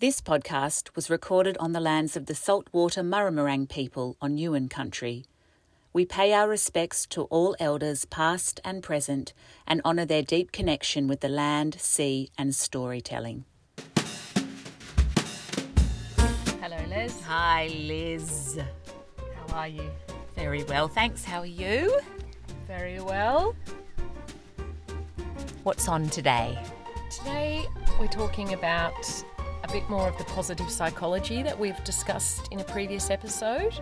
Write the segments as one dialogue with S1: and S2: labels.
S1: This podcast was recorded on the lands of the saltwater Murramurang people on Newen country. We pay our respects to all elders, past and present, and honour their deep connection with the land, sea, and storytelling.
S2: Hello, Liz.
S1: Hi, Liz.
S2: How are you?
S1: Very well, thanks. How are you?
S2: Very well.
S1: What's on today?
S2: Today, we're talking about a bit more of the positive psychology that we've discussed in a previous episode,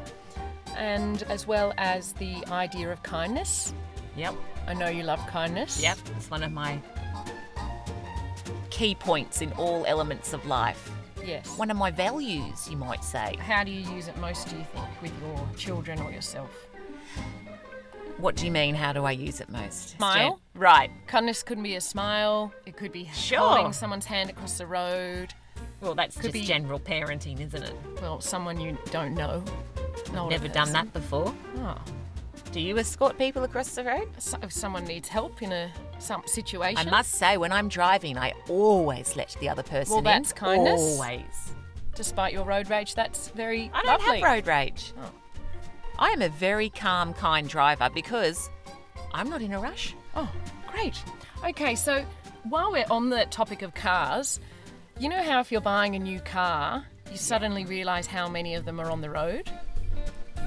S2: and as well as the idea of kindness.
S1: Yep,
S2: I know you love kindness.
S1: It's one of my key points in all elements of life.
S2: Yes.
S1: One of my values, you might say.
S2: How do you use it most, do you think, with your children or yourself?
S1: What do you mean? How do I use it most?
S2: Smile.
S1: Jen? Right.
S2: Kindness could be a smile, it could be
S1: Sure.
S2: holding someone's hand across the road,
S1: Well, that's just
S2: be-
S1: general parenting, isn't it?
S2: well, someone you don't know. An older
S1: Never done
S2: person.
S1: that before.
S2: Oh.
S1: Do you escort people across the road?
S2: So if someone needs help in a some situation,
S3: I must say, when I'm driving, I always let the other person
S2: Well,
S3: in.
S2: that's kindness.
S3: Always.
S2: despite your road rage, that's very
S3: I don't
S2: lovely.
S3: have road rage.
S2: Oh.
S3: I am a very calm, kind driver because I'm not in a rush.
S2: Oh, great. Okay, so while we're on the topic of cars, you know how if you're buying a new car, you suddenly realise how many of them are on the road?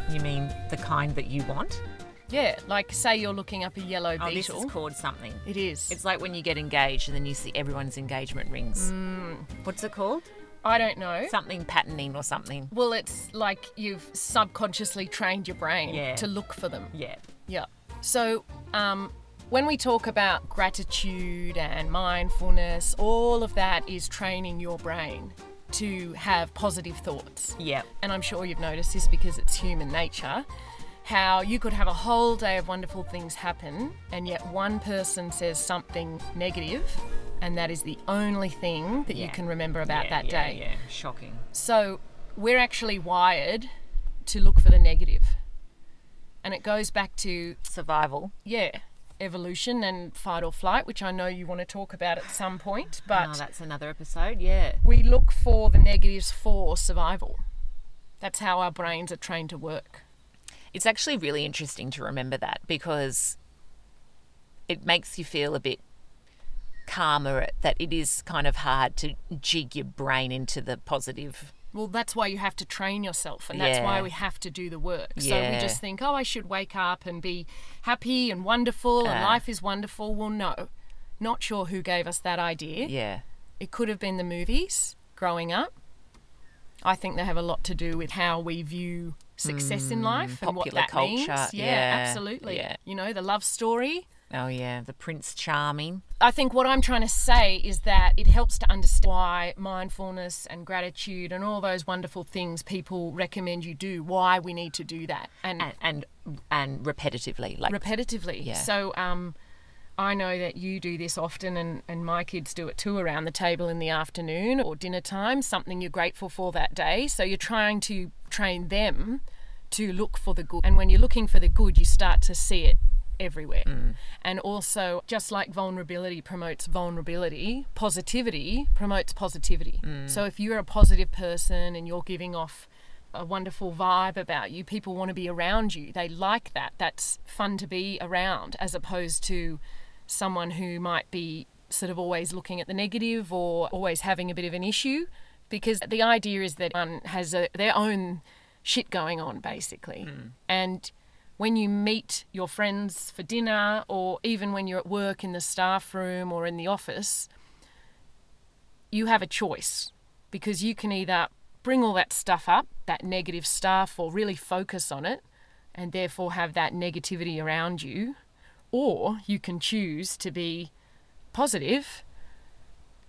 S3: You mean the kind that you want?
S2: Yeah, like say you're looking up a yellow
S3: Oh, this
S2: beetle.
S3: is called something.
S2: It is.
S3: It's like when you get engaged and then you see everyone's engagement rings.
S2: Mm.
S3: What's it called?
S2: I don't know.
S3: Something patterning or something.
S2: Well, it's like you've subconsciously trained your brain
S3: Yeah.
S2: to look for them.
S3: Yeah.
S2: Yeah. So, um, when we talk about gratitude and mindfulness, all of that is training your brain to have positive thoughts.
S3: Yeah.
S2: And I'm sure you've noticed this because it's human nature how you could have a whole day of wonderful things happen, and yet one person says something negative, and that is the only thing that you
S3: Yeah.
S2: can remember about
S3: Yeah,
S2: that
S3: yeah,
S2: day.
S3: Yeah. Shocking.
S2: So we're actually wired to look for the negative. And it goes back to,
S3: Survival.
S2: yeah, evolution and fight or flight, which I know you want to talk about at some point,
S3: oh,
S2: but
S3: that's another episode. Yeah.
S2: we look for the negatives for survival. That's how our brains are trained to work.
S3: It's actually really interesting to remember that because it makes you feel a bit calmer that it is kind of hard to jig your brain into the positive.
S2: Well, that's why you have to train yourself, and that's
S3: Yeah.
S2: why we have to do the work. So we
S3: Yeah.
S2: just think, oh, I should wake up and be happy and wonderful, and
S3: Ah.
S2: life is wonderful. Well, no, not sure who gave us that idea.
S3: Yeah.
S2: It could have been the movies growing up. I think they have a lot to do with how we view success in life and what
S3: Mm, popular
S2: that
S3: culture,
S2: means. Yeah,
S3: yeah,
S2: absolutely.
S3: yeah.
S2: You know, the love story.
S3: Oh yeah, the prince charming.
S2: I think what I'm trying to say is that it helps to understand why mindfulness and gratitude and all those wonderful things people recommend you do, why we need to do that. And
S3: And and, and repetitively like
S2: repetitively.
S3: Yeah.
S2: So um, I know that you do this often, and, and my kids do it too around the table in the afternoon or dinner time, something you're grateful for that day. So you're trying to train them to look for the good. And when you're looking for the good, you start to see it everywhere.
S3: Mm.
S2: And also, just like vulnerability promotes vulnerability, positivity promotes positivity.
S3: Mm.
S2: So if you're a positive person and you're giving off a wonderful vibe about you. People want to be around you. They like that. That's fun to be around as opposed to someone who might be sort of always looking at the negative or always having a bit of an issue because the idea is that one has a, their own shit going on basically. And when you meet your friends for dinner or even when you're at work in the staff room or in the office, you have a choice because you can either bring all that stuff up, that negative stuff, or really focus on it and therefore have that negativity around you, or you can choose to be positive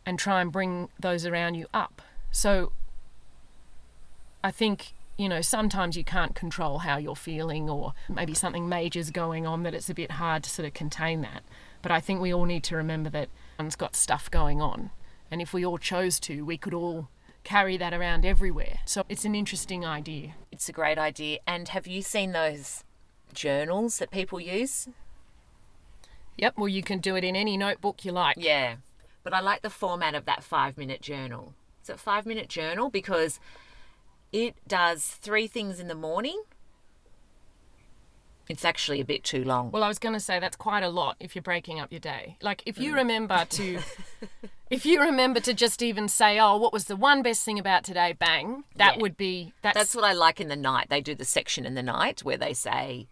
S2: and try and bring those around you up. So I think. You know, sometimes you can't control how you're feeling, or maybe something major's going on that it's a bit hard to sort of contain that. But I think we all need to remember that everyone's got stuff going on. And if we all chose to, we could all carry that around everywhere. So it's an interesting idea.
S3: It's a great idea. And have you seen those journals that people use?
S2: Yep, well, you can do it in any notebook you like.
S3: Yeah. But I like the format of that 5-minute journal. It's a five minute journal because it does three things in the morning. It's actually a bit too long.
S2: Well, I was going to say that's quite a lot if you're breaking up your day. Like if you remember to if you remember to just even say, "Oh, what was the one best thing about today?" bang, that
S3: Yeah.
S2: would be that's,
S3: That's what I like in the night. They do the section in the night where they say,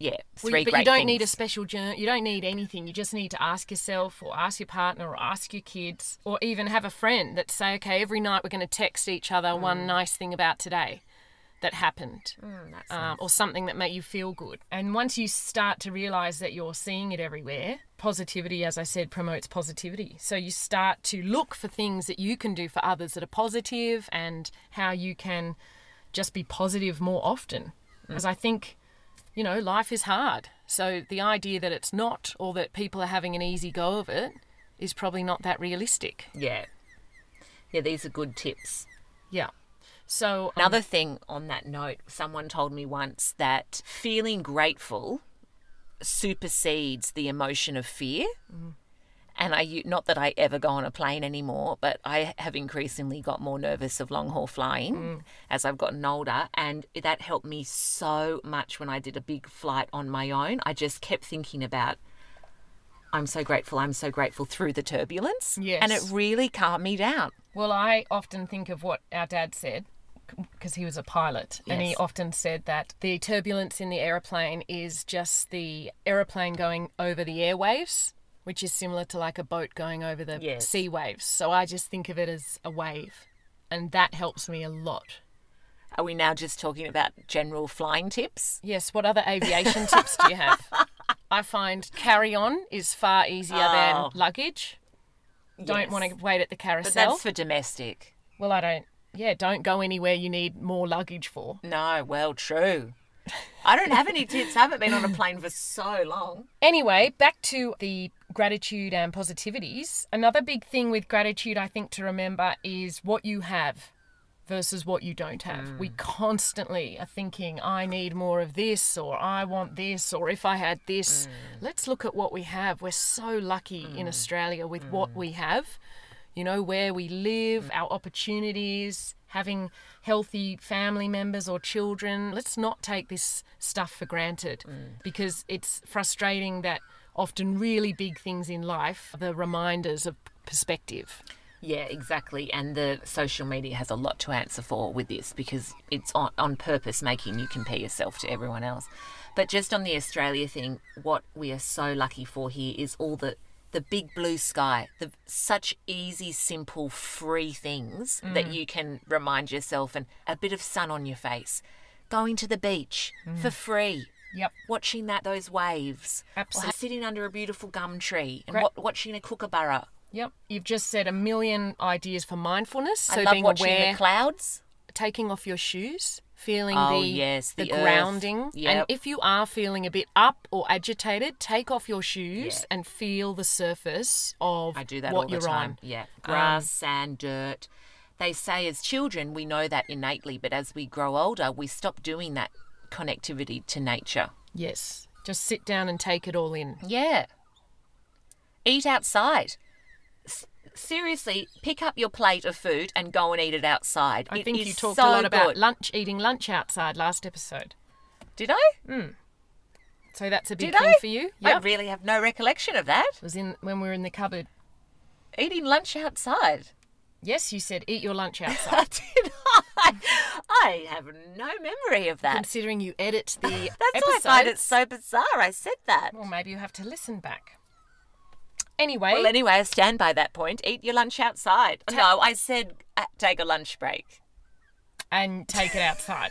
S3: yeah,
S2: Well,
S3: three
S2: but
S3: great
S2: you don't
S3: things.
S2: need a special journal. You don't need anything. You just need to ask yourself, or ask your partner, or ask your kids, or even have a friend that say, "Okay, every night we're going to text each other
S3: Mm.
S2: one nice thing about today that happened, um, or something that made you feel good." And once you start to realize that you're seeing it everywhere, positivity, as I said, promotes positivity. So you start to look for things that you can do for others that are positive, and how you can just be positive more often.
S3: Mm.
S2: Because I think you know, life is hard. So the idea that it's not or that people are having an easy go of it is probably not that realistic.
S3: Yeah. Yeah, these are good tips.
S2: Yeah. So um,
S3: Another thing on that note, someone told me once that feeling grateful supersedes the emotion of fear. And I, u- not that I ever go on a plane anymore, but I have increasingly got more nervous of long haul flying as I've gotten older. And that helped me so much when I did a big flight on my own. I just kept thinking about, I'm so grateful, I'm so grateful through the turbulence. And it
S2: Yes.
S3: really calmed me down.
S2: Well, I often think of what our dad said because he was a pilot and he
S3: Yes.
S2: often said that the turbulence in the aeroplane is just the aeroplane going over the airwaves which is similar to like a boat going over the
S3: Yes.
S2: sea waves so i just think of it as a wave and that helps me a lot
S3: Are we now just talking about general flying tips?
S2: Yes, what other aviation tips do you have? I find carry on is far easier
S3: Oh.
S2: than luggage. Don't
S3: Yes.
S2: want to wait at the
S3: But
S2: carousel.
S3: that's for domestic.
S2: Well, I don't. Yeah, don't go anywhere you need more luggage for.
S3: No, well, true. I don't have any tips. I haven't been on a plane for so long.
S2: Anyway, back to the gratitude and positivities. Another big thing with gratitude, I think, to remember is what you have versus what you don't have. We constantly are thinking, I need more of this, or I want this, or if I had this. Let's look at what we have. We're so lucky in Australia with what we have, you know, where we live, our opportunities. Having healthy family members or children, let's not take this stuff for granted because it's frustrating that often really big things in life, are the reminders of perspective.
S3: Yeah, exactly. And the social media has a lot to answer for with this because it's on, on purpose making you compare yourself to everyone else. But just on the Australia thing, what we are so lucky for here is all the the big blue sky, the such easy, simple, free things that you can remind yourself and a bit of sun on your face, going to the beach for free.
S2: Yep.
S3: watching that those waves,
S2: Absol-
S3: or ha- sitting under a beautiful gum tree and
S2: Great.
S3: wa- watching a kookaburra.
S2: Yep. You've just said a million ideas for mindfulness. So
S3: I love
S2: being
S3: watching
S2: aware,
S3: the clouds.
S2: taking off your shoes, feeling
S3: Oh,
S2: the,
S3: yes, the earth.
S2: grounding. And
S3: Yep.
S2: if you are feeling a bit up or agitated, take off your shoes
S3: Yeah.
S2: and feel the surface of
S3: I do that
S2: what
S3: all
S2: you're
S3: the time.
S2: on.
S3: Yeah,
S2: Um,
S3: grass, sand, dirt. They say as children we know that innately, but as we grow older, we stop doing that connectivity to nature.
S2: Yes. Just sit down and take it all in.
S3: Yeah. Eat outside. S- Seriously, pick up your plate of food and go and eat it outside.
S2: I
S3: It
S2: think
S3: is
S2: you talked
S3: so
S2: a lot about
S3: good.
S2: lunch, eating lunch outside last episode.
S3: Did I?
S2: So that's a big
S3: Did
S2: thing
S3: I?
S2: Mm, for you.
S3: I really have no recollection of that.
S2: It was in when we were in the cupboard.
S3: eating lunch outside.
S2: Yes, you said eat your lunch outside.
S3: Did I? I have no memory of that.
S2: Considering you edit the
S3: That's
S2: episodes,
S3: why I find it so bizarre. I said that.
S2: Well, maybe you have to listen back. Anyway,
S3: Well, anyway, I stand by that point. Eat your lunch outside. No, I said uh, take a lunch break.
S2: and take it outside.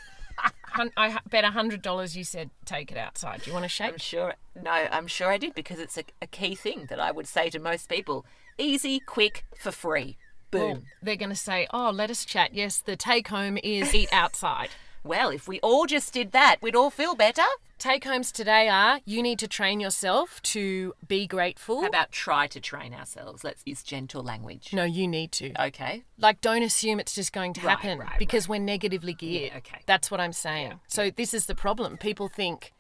S2: Hun- I h- bet hundred dollars you said take it outside. Do you want to shake?
S3: I'm sure. No, I'm sure I did because it's a, a key thing that I would say to most people: easy, quick, for free. Boom.
S2: Well, they're going to say, "Oh, let us chat." Yes, the take home is eat outside.
S3: well, if we all just did that, we'd all feel better.
S2: take homes today are: you need to train yourself to be grateful.
S3: How about try to train ourselves? Let's use gentle language.
S2: no, you need to.
S3: Okay.
S2: Like, don't assume it's just going to
S3: Right,
S2: happen
S3: right,
S2: because we're negatively geared.
S3: Yeah, okay.
S2: That's what I'm saying. So, this is the problem. People think,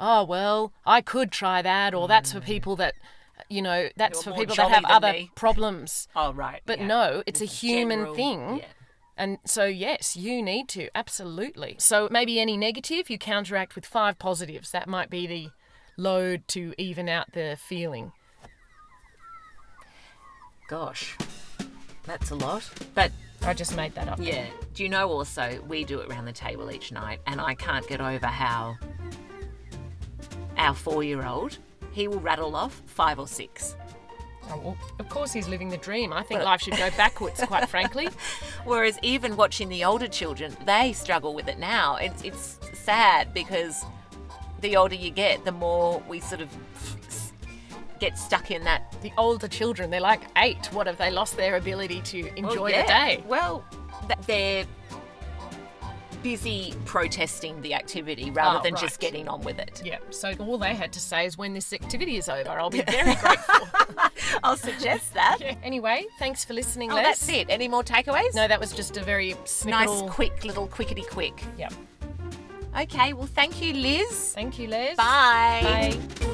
S2: oh, well, I could try that, or that's for people that you know, that's
S3: Mm. You're
S2: for
S3: more
S2: people that
S3: jolly
S2: have
S3: than
S2: other
S3: me.
S2: problems.
S4: Oh, right.
S2: But
S4: yeah.
S2: no, it's a human
S3: general-
S2: thing.
S3: yeah.
S2: And so, yes, you need to, absolutely. So, maybe any negative you counteract with five positives. That might be the load to even out the feeling.
S3: Gosh, that's a lot. But
S2: I just made that up.
S3: yeah, do you know also we do it round the table each night, and I can't get over how our four-year-old he will rattle off five or six,
S2: Oh, well, of course, he's living the dream. I think life should go backwards, quite frankly.
S3: whereas even watching the older children, they struggle with it now. It's it's sad because the older you get, the more we sort of get stuck in that
S2: The older children, they're like eight. What have they lost their ability to
S3: Well,
S2: enjoy the
S3: Oh, yeah.
S2: day?
S3: Well, th- they're busy protesting the activity rather
S2: Oh,
S3: than
S2: right.
S3: just getting on with it.
S2: Yeah, so all they had to say is when this activity is over, I'll be very grateful.
S3: I'll suggest that.
S2: Anyway, thanks for listening,
S3: Oh,
S2: Les.
S3: that's it. Any more takeaways?
S2: No, that was just a very
S3: Nice,
S2: snippet.
S3: quick little quickety quick.
S2: Yep.
S3: Okay, well, thank you, Liz.
S2: Thank you, Les.
S3: Bye.
S2: Bye.